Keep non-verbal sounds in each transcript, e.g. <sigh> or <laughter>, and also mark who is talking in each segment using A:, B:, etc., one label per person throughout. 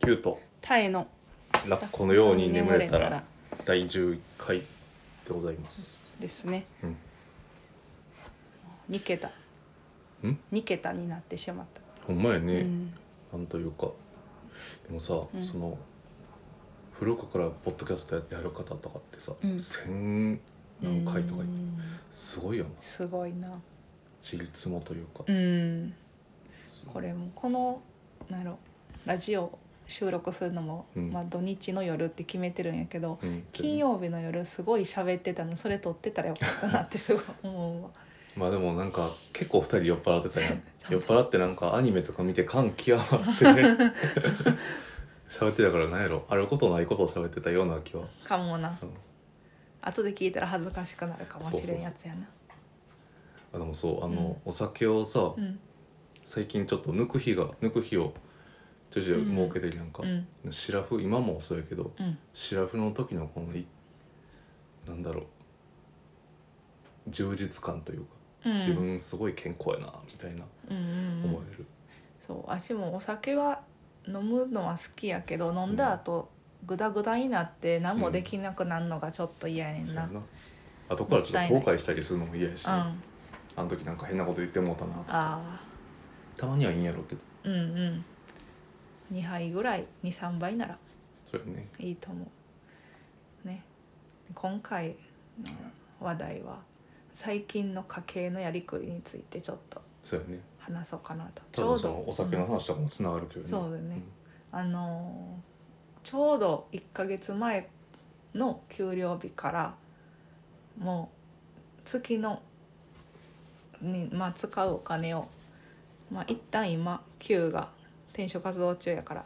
A: キュート
B: タイの
A: ラッコのように眠れた
B: 眠
A: ら第11回でございます
B: ですね、
A: うん
B: 2桁
A: ん
B: 2桁になってしまった、
A: ほんまや
B: う
A: ね、
B: ん
A: なんというかでもさ、
B: うん
A: その古くからポッドキャストやる方とかってさ、
B: うん
A: 千何回とか
B: うん
A: すごいよな
B: すごいな
A: 自立もというか、
B: うんこれもこのなんやろラジオ収録するのも、
A: うん
B: まあ、土日の夜って決めてるんやけど
A: うん
B: 金曜日の夜すごい喋ってたのそれ撮ってたらよかったなってすごい思
A: <laughs>
B: うわ
A: まあでもなんか結構二人酔っ払ってたやん
B: <laughs> そう
A: 酔っ払ってなんかアニメとか見て感極ま
B: <laughs>
A: ってね喋ってたからなんやろあることないことを喋ってたような気は、
B: かもな
A: うん
B: 後で聞いたら恥ずかしくなるかもしれんやつやな
A: あでもそうあの、お酒をさ、
B: うん
A: 最近ちょっと抜く日が抜く日を徐々に設けてるやんか、
B: うん
A: シラフ今もそうやけど
B: うん
A: シラフの時のこのいなんだろう充実感というか、
B: うん
A: 自分すごい健康やなみたいな
B: うんうんうん
A: 思える、
B: そう私もお酒は飲むのは好きやけど飲んだ後、グダグダになって何もできなくなるのがちょっと嫌やねん
A: そう
B: な、
A: や
B: うん
A: な後からちょっと後悔したりするのも嫌やしね、
B: あ
A: あの時なんか変なこと言ってもうたなと
B: あ
A: たまにはいいんやろうけど
B: ーうんうん2杯ぐらい23杯なら
A: それね
B: いいと思うね今回の話題は最近の家計のやりくりについてちょっと
A: そうやね
B: 話そうかなとち
A: 多
B: ょ
A: 分
B: う
A: そ
B: ど
A: のお酒の話とかもつながるけどね、
B: うんそうだねあのーちょうど1ヶ月前の給料日からもう月のに、まあ、使うお金を、まあ、一旦今 Q が転職活動中やから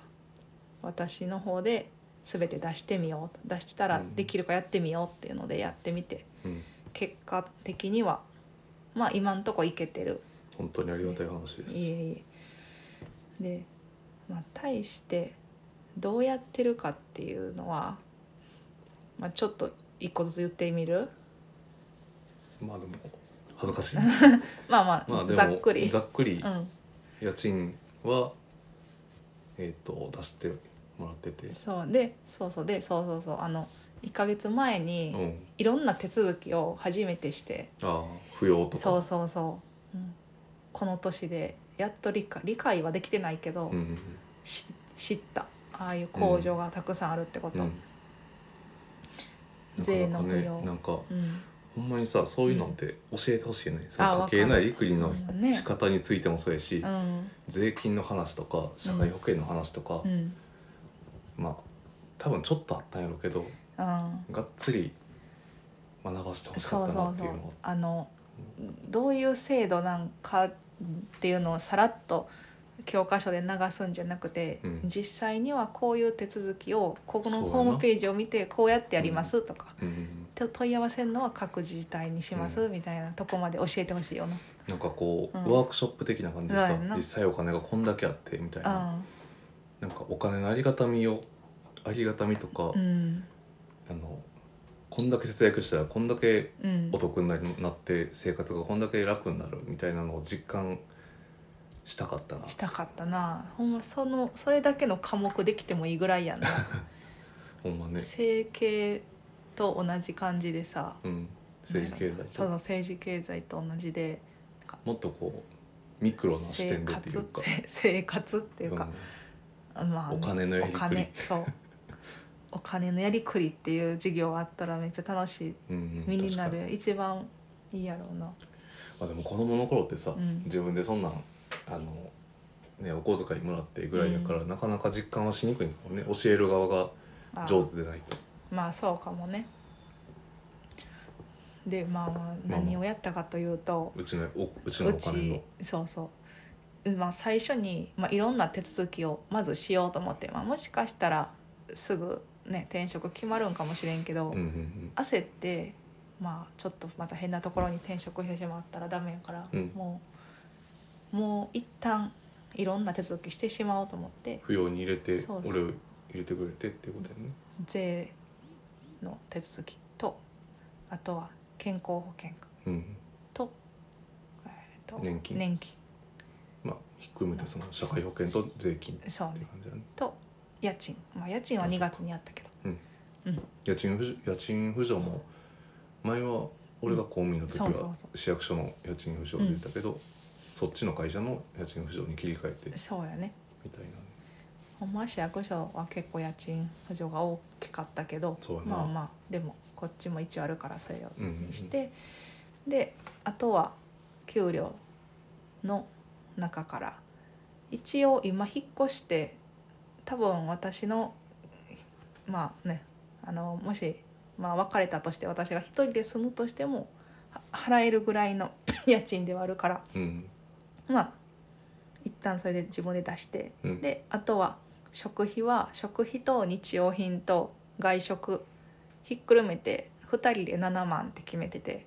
B: 私の方で全て出してみよう出したらできるかやってみようっていうのでやってみて
A: うん、うん
B: 結果的にはまあ今んとこいけてる
A: 本当にありがたい話です、
B: いえいえで、まあ、対してどうやってるかっていうのは、まあ、ちょっと一個ずつ言ってみる
A: まあでも恥ずかしい
B: <laughs> まあまあ、
A: まあでも
B: ざっくり
A: ざっくり
B: うん
A: 家賃は、えっ、と出してもらってて
B: そうでそうそうでそうそうそうあの1ヶ月前
A: う
B: に
A: ん
B: いろんな手続きを初めてして
A: ああ扶養とか
B: そうそうそう、うん、この年でやっと理解理解はできてないけど、
A: うんうん
B: し知ったああいう工場がたくさんあるってこと、
A: う
B: うんん税の扶養
A: なかなかねなんかほんまにさそういうのって教えてほしいよね、そ
B: あ
A: の
B: わ
A: 家
B: かる
A: 計内陸の
B: ね
A: 仕方についてもそうやし、
B: うん
A: 税金の話とか社会保険の話とか、
B: うん
A: まあ多分ちょっとあったんやろうけど
B: うん
A: がっつり学ばしてほし
B: そ
A: か
B: う
A: った
B: そ
A: な
B: う
A: って
B: そ
A: いううのは
B: あのどういう制度なんかっていうのをさらっと教科書で流すんじゃなくて、
A: うん
B: 実際にはこういう手続きをここの
A: そうやな
B: ホームページを見てこうやってやりますとか、
A: うんうん
B: と問い合わせるのは各自治体にしますみたいなとこまで教えてほしいよな。
A: なんかこう、
B: うん
A: ワークショップ的な感じで
B: そ
A: さ
B: うやんな
A: 実際お金がこんだけあってみたいな、なんかお金のありがたみをありがたみとか、
B: うん
A: あのこんだけ節約したらこんだけ
B: うん
A: お得になりなって生活がこんだけ楽になるみたいなのを実感したかったな
B: したかったなほんまそのそれだけの科目できてもいいぐらいやんな
A: ほんま <laughs> ね、
B: 整形と同じ感じでさ、
A: うん、政治経済
B: そうそう
A: と
B: 政治経済と同じで
A: もっとこうミクロな視
B: 生
A: 点でっていう
B: 活
A: か
B: せ生活っていうか、まあ
A: お金のやりくり
B: お金
A: <laughs>
B: そうお金のやりくりっていう授業があったらめっちゃ楽しい
A: うんうん
B: 身にな
A: 確か
B: る一番いいやろうな
A: まあでも子供の頃ってさ、
B: うん
A: 自分でそんなんあの、ね、お小遣いもらってぐらいだから、なかなか実感はしにくいかもね教える側が
B: あ
A: 上手でないと
B: まあそうかもねでまあまあ
A: まあ
B: 何をやったかというと、
A: うちのおうちのお
B: う
A: 金
B: ち
A: の
B: そうそう、まあ、最初に、まあ、いろんな手続きをまずしようと思って、まあ、もしかしたらすぐね転職決まるんかもしれんけど、
A: うんうん
B: 焦ってまあちょっとまた変なところに転職してしまったらダメやから、
A: うん
B: もうもう一旦いろんな手続きしてしまおうと思って
A: うん扶養に入れて
B: そうそう
A: 俺を入れてくれてっていうことやね
B: 税の手続きとあとは健康保険
A: うん
B: と,、えーと
A: 年金
B: 年金
A: まあひっくるめてその社会保険と税金って
B: そうね
A: 感じだね
B: と家賃まあ家賃は2月にあったけど
A: 家賃不助家賃扶助も前は俺が公務員の時
B: そうそ
A: は
B: うそ
A: 市役所の家賃扶助が出たけど、そっちの会社の家賃扶助に切り替えて
B: うそうやね
A: みたいなね
B: ほんまは市役所は結構家賃補助が大きかったけど
A: そうやな
B: まあまあでもこっちも一応あるからそれを
A: うんうんうん
B: して、であとは給料の中から一応今引っ越して多分私のまあねあのもし、まあ、別れたとして私が一人で住むとしてもは払えるぐらいの <coughs> 家賃ではあるから
A: うん
B: まあ一旦それで自分で出して
A: うん
B: であとは食費は食費と日用品と外食ひっくるめて2人で7万って決めてて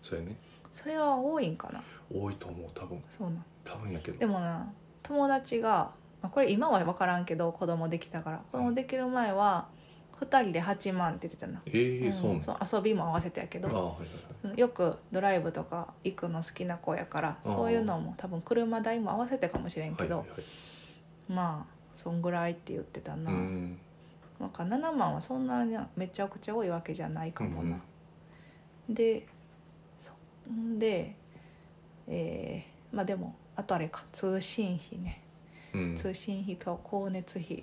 A: それね
B: それは多いんかな
A: 多いと思う多分
B: そうなん
A: 多分やけど
B: でもな友達がまあこれ今は分からんけど子供できたから子供できる前は2人で8万って言ってたな、
A: ええ
B: うん
A: そうなん
B: そう遊びも合わせてやけ
A: ああ
B: ど
A: はいはいはい
B: よくドライブとか行くの好きな子やから
A: あー
B: そういうのも多分車代も合わせてかもしれんけど、
A: はいはいはい
B: まあそんぐらいって言ってたな、
A: うん
B: なんか7万はそんなにめちゃくちゃ多いわけじゃないかもな、でそんでえーまあでもあとあれか通信費ね、
A: うん
B: 通信費と光熱費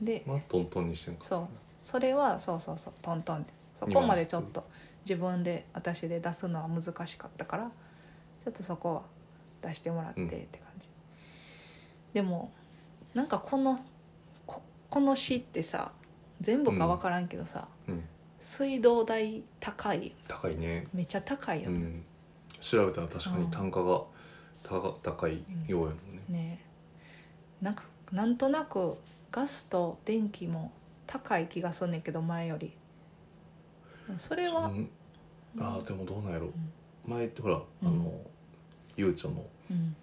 B: で
A: まあトントンにしてんか
B: そうそれはそうそうそうトントンでそこまでちょっと自分で私で出すのは難しかったからちょっとそこは出してもらって
A: う
B: っ
A: ん
B: て感じ、でもなんかこのここの市ってさ全部か分からんけどさ、
A: うん
B: 水道代高い
A: 高いね
B: めっちゃ高いよ
A: う
B: ね,、
A: ん調べたら確かに単価が高高いようやもんね
B: ねえなんかなんとなくガスと電気も高い気がすんねんけど前よりそれは
A: そんあーでもどうなんやろ、
B: ん
A: 前ってほら、あ
B: う
A: のゆうちょの
B: うん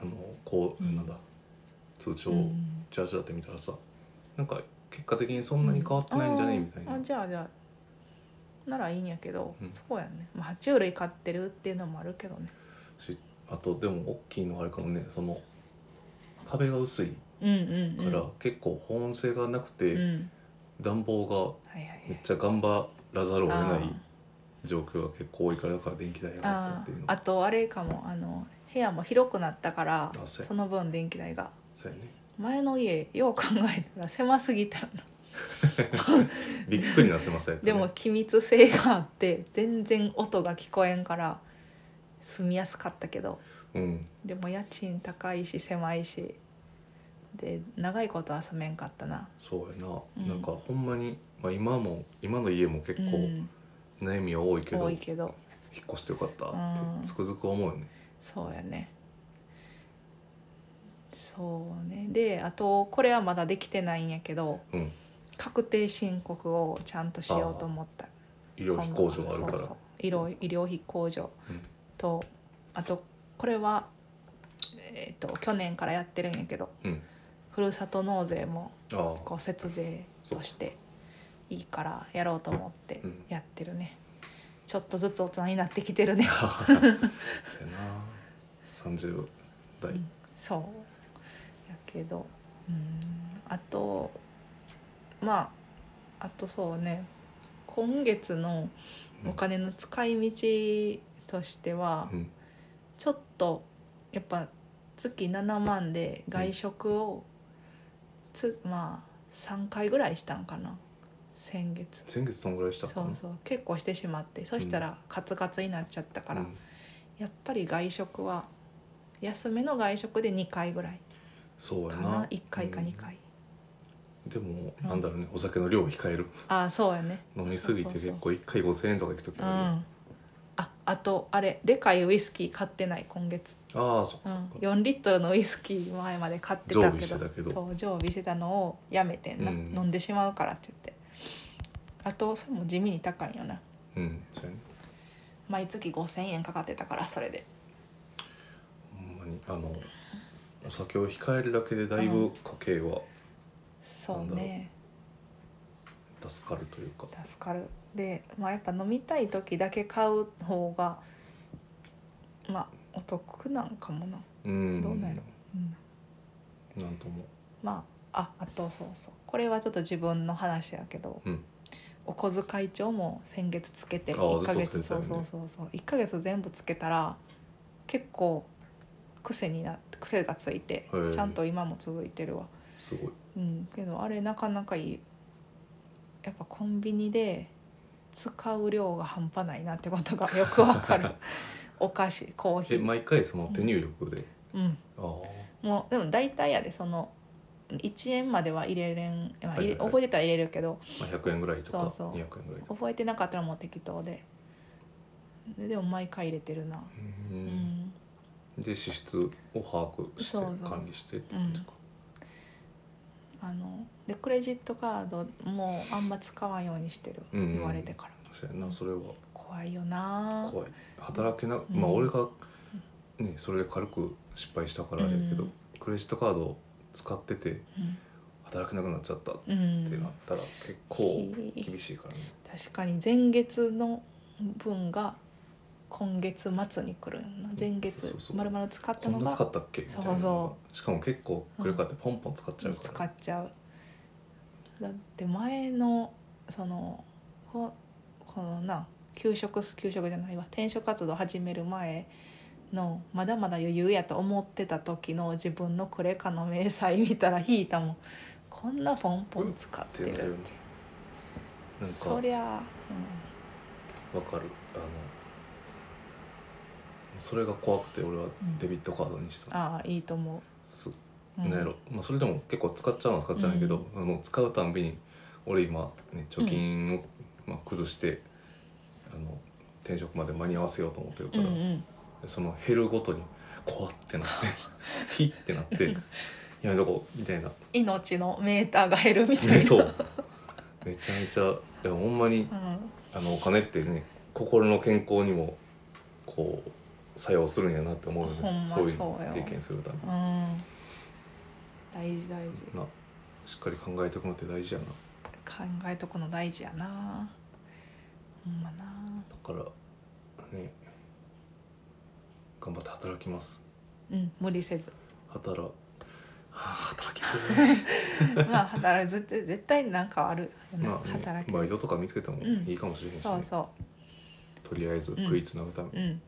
A: あのこう、
B: うん
A: なんだ通帳
B: うんう
A: を
B: ん
A: ジャージャーって見たらさなんか結果的にそんなに変わってないんじゃね、
B: うん
A: みたい
B: あ
A: な
B: ーあじゃあじゃあならいいんやけど、
A: うん
B: そうやね、まあ、爬虫類飼ってるっていうのもあるけどね
A: しあとでも大きいのはあれかもねその壁が薄い
B: うんうん、う
A: か
B: ん、
A: ら、結構保温性がなくて、
B: うん
A: 暖房
B: はいはい
A: がめっ
B: はい
A: ちゃ頑張らざるを得
B: あ
A: ない状況が結構多いからだから電気代上がったっ
B: あ
A: ていうの
B: ーあとあれかもあの部屋も広くなったから
A: あそうや
B: その分電気代が
A: そうやね
B: 前の家よう考えたら狭すぎたよな
A: びっくりなせません、ね、
B: でも気密性があって全然音が聞こえんから住みやすかったけど
A: うん
B: でも家賃高いし狭いしで長いことは住めんかったな
A: そうやな、
B: うん
A: なんかほんまに、まあ、今も今の家も結
B: う
A: 構
B: ん
A: 悩みは多いけど、
B: 多い
A: 引っ
B: けど
A: 越してよかったっ
B: うん
A: てつくづく思うよね、
B: そうやねそうねであとこれはまだできてないんやけど
A: うん、
B: 確定申告をちゃんとしようと思った
A: 医療費控除があるから
B: そうそう医療医療費控除
A: うん
B: と、あとこれは、えー、と去年からやってるんやけど
A: うん
B: ふるさと納税も
A: ああ
B: こう節税としていいからやろうと思って
A: うん
B: やってるね、ちょっとずつ大人になってきてるね <laughs>
A: そうやな30代、
B: うんそうやけどうんあとまああとそうね今月のお金の使い道としては、
A: うん
B: ちょっとやっぱ月7万で外食をつ、まあ3回ぐらいしたんかな先月
A: 先月そんぐらいしたか
B: そ
A: な
B: うそう結構してしまってそしたらカツカツになっちゃったから、
A: うん
B: やっぱり外食は安めの外食で2回ぐらい
A: そうや
B: か
A: な
B: な1回か2
A: うん
B: 回、
A: でも、
B: うん
A: なんだろうねお酒の量を控える
B: ああそうやね
A: 飲みすぎて
B: そうそうそう
A: 結構1回5000円とかいく時
B: うん
A: あるよ
B: ああとあれでかいウイスキー買ってない今月
A: ああそっ
B: う
A: かそ
B: ん
A: っ、か、
B: 4リットルのウイスキー前まで買ってた
A: 常備
B: け
A: して
B: ど
A: たけど
B: そう常備してたのをやめてんな、
A: うん
B: 飲んでしまうからって言ってあとそれも地味に高いよな
A: うんそうやね
B: 毎月5,000円かかってたからそれで
A: ほんまにあのお酒を控えるだけでだいぶ家計は
B: そうね
A: 助かるというか、
B: 助かるでまあやっぱ飲みたい時だけ買う方がまあお得なんかもな、
A: うん、
B: どうなんやろうん
A: なんとも
B: まあああとそうそうこれはちょっと自分の話やけど、
A: うん
B: お小遣い帳も先月つけて
A: あ
B: 1ヶ
A: ず
B: 月
A: っとつけ
B: そ
A: てた
B: うそ
A: よね
B: うそうそう1ヶ月全部つけたら結構癖になって癖がついて
A: へえ
B: ちゃんと今も続いてるわ。
A: すごい
B: うん、けどあれなかなかいいやっぱコンビニで使う量が半端ないなってことがよくわか
A: <laughs>
B: るお菓子コーヒ
A: え
B: ー、
A: 毎回その手入力で、
B: うん、
A: あ
B: もうでも大体やでその1円までは入れれん、まあ
A: はい
B: 入れ
A: はいはい
B: 覚えてたら入れるけど
A: あ、まあ、100円ぐらいとか
B: そうそう
A: 200円ぐらいとか
B: 覚えてなかったらもう適当でででも毎回入れてるな、
A: う
B: うんん、
A: で支出を把握して
B: そうそう
A: 管理してってことか
B: あのでクレジットカードもあんま使わんようにしてる、
A: うん
B: 言われてから
A: そうやなそれは
B: 怖いよな
A: 怖い働けな、
B: ん
A: まあ俺がねそれで軽く失敗したからあれやけど、
B: うん
A: クレジットカードを使ってて働けなくなっちゃったっ
B: うん、うん、
A: てなったら結構厳しいからね、
B: 確かに前月の分が今月末に来るよな前
A: そう
B: 月
A: そうそう
B: まるまる使った
A: こ
B: の
A: んな使
B: が
A: ったっけみたいな
B: そうそ
A: しかも結構クレカってポンポン使っちゃうから、
B: 使っちゃうだって前のそのここのな給食給食じゃないわ転職活動始める前のまだまだ余裕やと思ってた時の自分のクレカの明細見たら引いたもんこんなポンポン使っ
A: う
B: てるっ
A: んっててなるよねなんか
B: そりゃ、
A: わかるあのそれが怖くて俺はデビットカードにし
B: うん、
A: た、
B: ああいいと思
A: す
B: う、うん、
A: なんやろ、まあ、それでも結構使っちゃうのは使っちゃうんやけど、あの使うたんびに俺今、ね、貯金を、まあ、崩してあの転職まで間に合わせようと思ってるか
B: う
A: ら、
B: んうん
A: その減るごとに怖ってな
B: <laughs>
A: ってひってなってやめとこうみたいな、
B: 命のメーターが減るみたいな、
A: ね <laughs> そうめちゃめちゃいやほんまに
B: うん
A: あのお金ってね心の健康にもこう作用するんやなって思うよ
B: ほん
A: ね
B: ま
A: そういう
B: そう
A: の
B: よ
A: 経験するため
B: うん、大事大事
A: なしっかり考えておくのって大事やな
B: 考えとくの大事やなほんま
A: だ
B: な
A: からね頑張って働きます
B: うん無理せず
A: 働はあ働きてえ
B: まあ働く絶対絶対なんかあるよね
A: まあ、ね
B: 働、き
A: バイトとか見つけても
B: うん
A: いいかもしれへんしね、
B: そうそ
A: とりあえず食いつなぐため、
B: ううん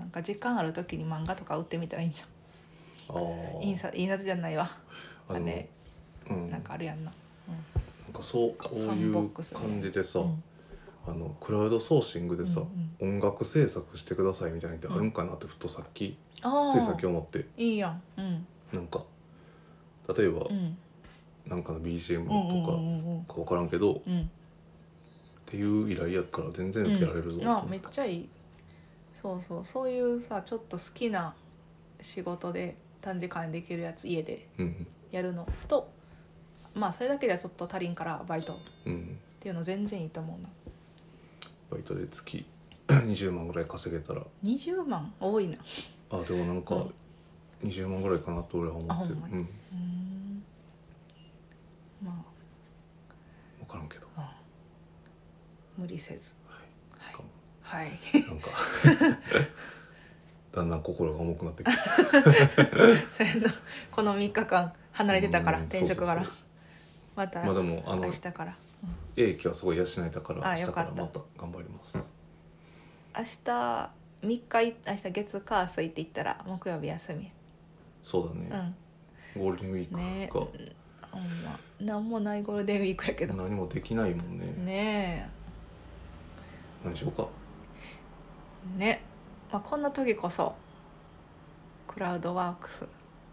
B: なんか時間ある時に漫画とか売ってみたらいいんじゃ
A: ああ
B: ん印刷印刷じゃないわ
A: あの
B: あれ
A: うん、
B: なんかあるやんな
A: なんかそうこうい
B: ファンボ
A: う
B: ックス
A: 感じでさ、
B: うん
A: あのクラウドソーシングでさ、
B: うん
A: 音楽制作してくださいみたいなのってあるんかなってふとさっき、
B: あ
A: ついさっき
B: あ
A: 思って
B: いいやんうん
A: なんか例えば、
B: うん
A: なんかの BGM
B: うんうん
A: と
B: う
A: か
B: んうん
A: か分からんけど、っ
B: うん
A: ていう依頼やったら全然受けられるぞ、
B: うん、あめっちゃいいそうそうそういうさちょっと好きな仕事で短時間にできるやつ家で
A: うん
B: やるのとまあそれだけじゃちょっと足りんからバイトっ
A: うん
B: ていうの全然いいと思うな
A: バイトで月20万ぐらい稼げたら
B: 20万多いな
A: あでもなんか
B: うん
A: 20万ぐらいかなと俺は思
B: あほ
A: って
B: ん
A: る、
B: ま
A: う
B: に
A: ん、
B: うーんま
A: 分からんけど
B: あ、あ無理せず
A: 頑
B: はい、 <laughs> はい、
A: なんかだんだん心が重くなってきて
B: それのこの3日間離れてたから
A: うん
B: 転職から
A: そうそう
B: また
A: まあでもあの
B: 明日から、うん
A: 英気はすごい養えたから
B: あ
A: 明日
B: よ
A: か
B: かっ
A: ら
B: た
A: また頑張ります
B: 明日3日い明日月火水って言ったら木曜日休み
A: そう
B: うん
A: だ
B: ほ
A: ね、
B: ん
A: ゴールデンウィー
B: ね
A: クか、
B: ま何もないゴールデンウィークやけど
A: 何もできないもんね
B: ね
A: 何しようか
B: えね、まあ、こんな時こそクラウドワークス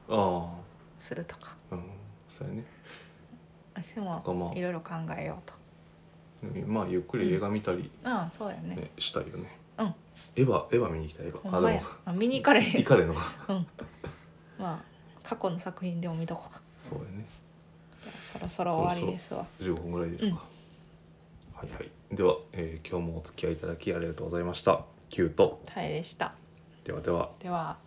A: あ
B: するとか
A: あうんそうやね
B: 私
A: とかま
B: も
A: あ
B: いろいろ考えようと
A: まあゆっくり映画見たり、
B: ああそうやね
A: ねしたいよね、
B: うん
A: エヴァエヴァ見に行きたいエヴ
B: ほ
A: ァ
B: んまやあ見に行かれ <laughs> へ
A: 行
B: ん
A: かれんのか
B: まあ過去の作品でも見とこうか
A: そうやね
B: じゃあそろそろ終わりですわ
A: 15分ぐらいですか、はいはいでは、えー今日もお付き合いいただきありがとうございましたキュート
B: タエでした
A: ではでは
B: では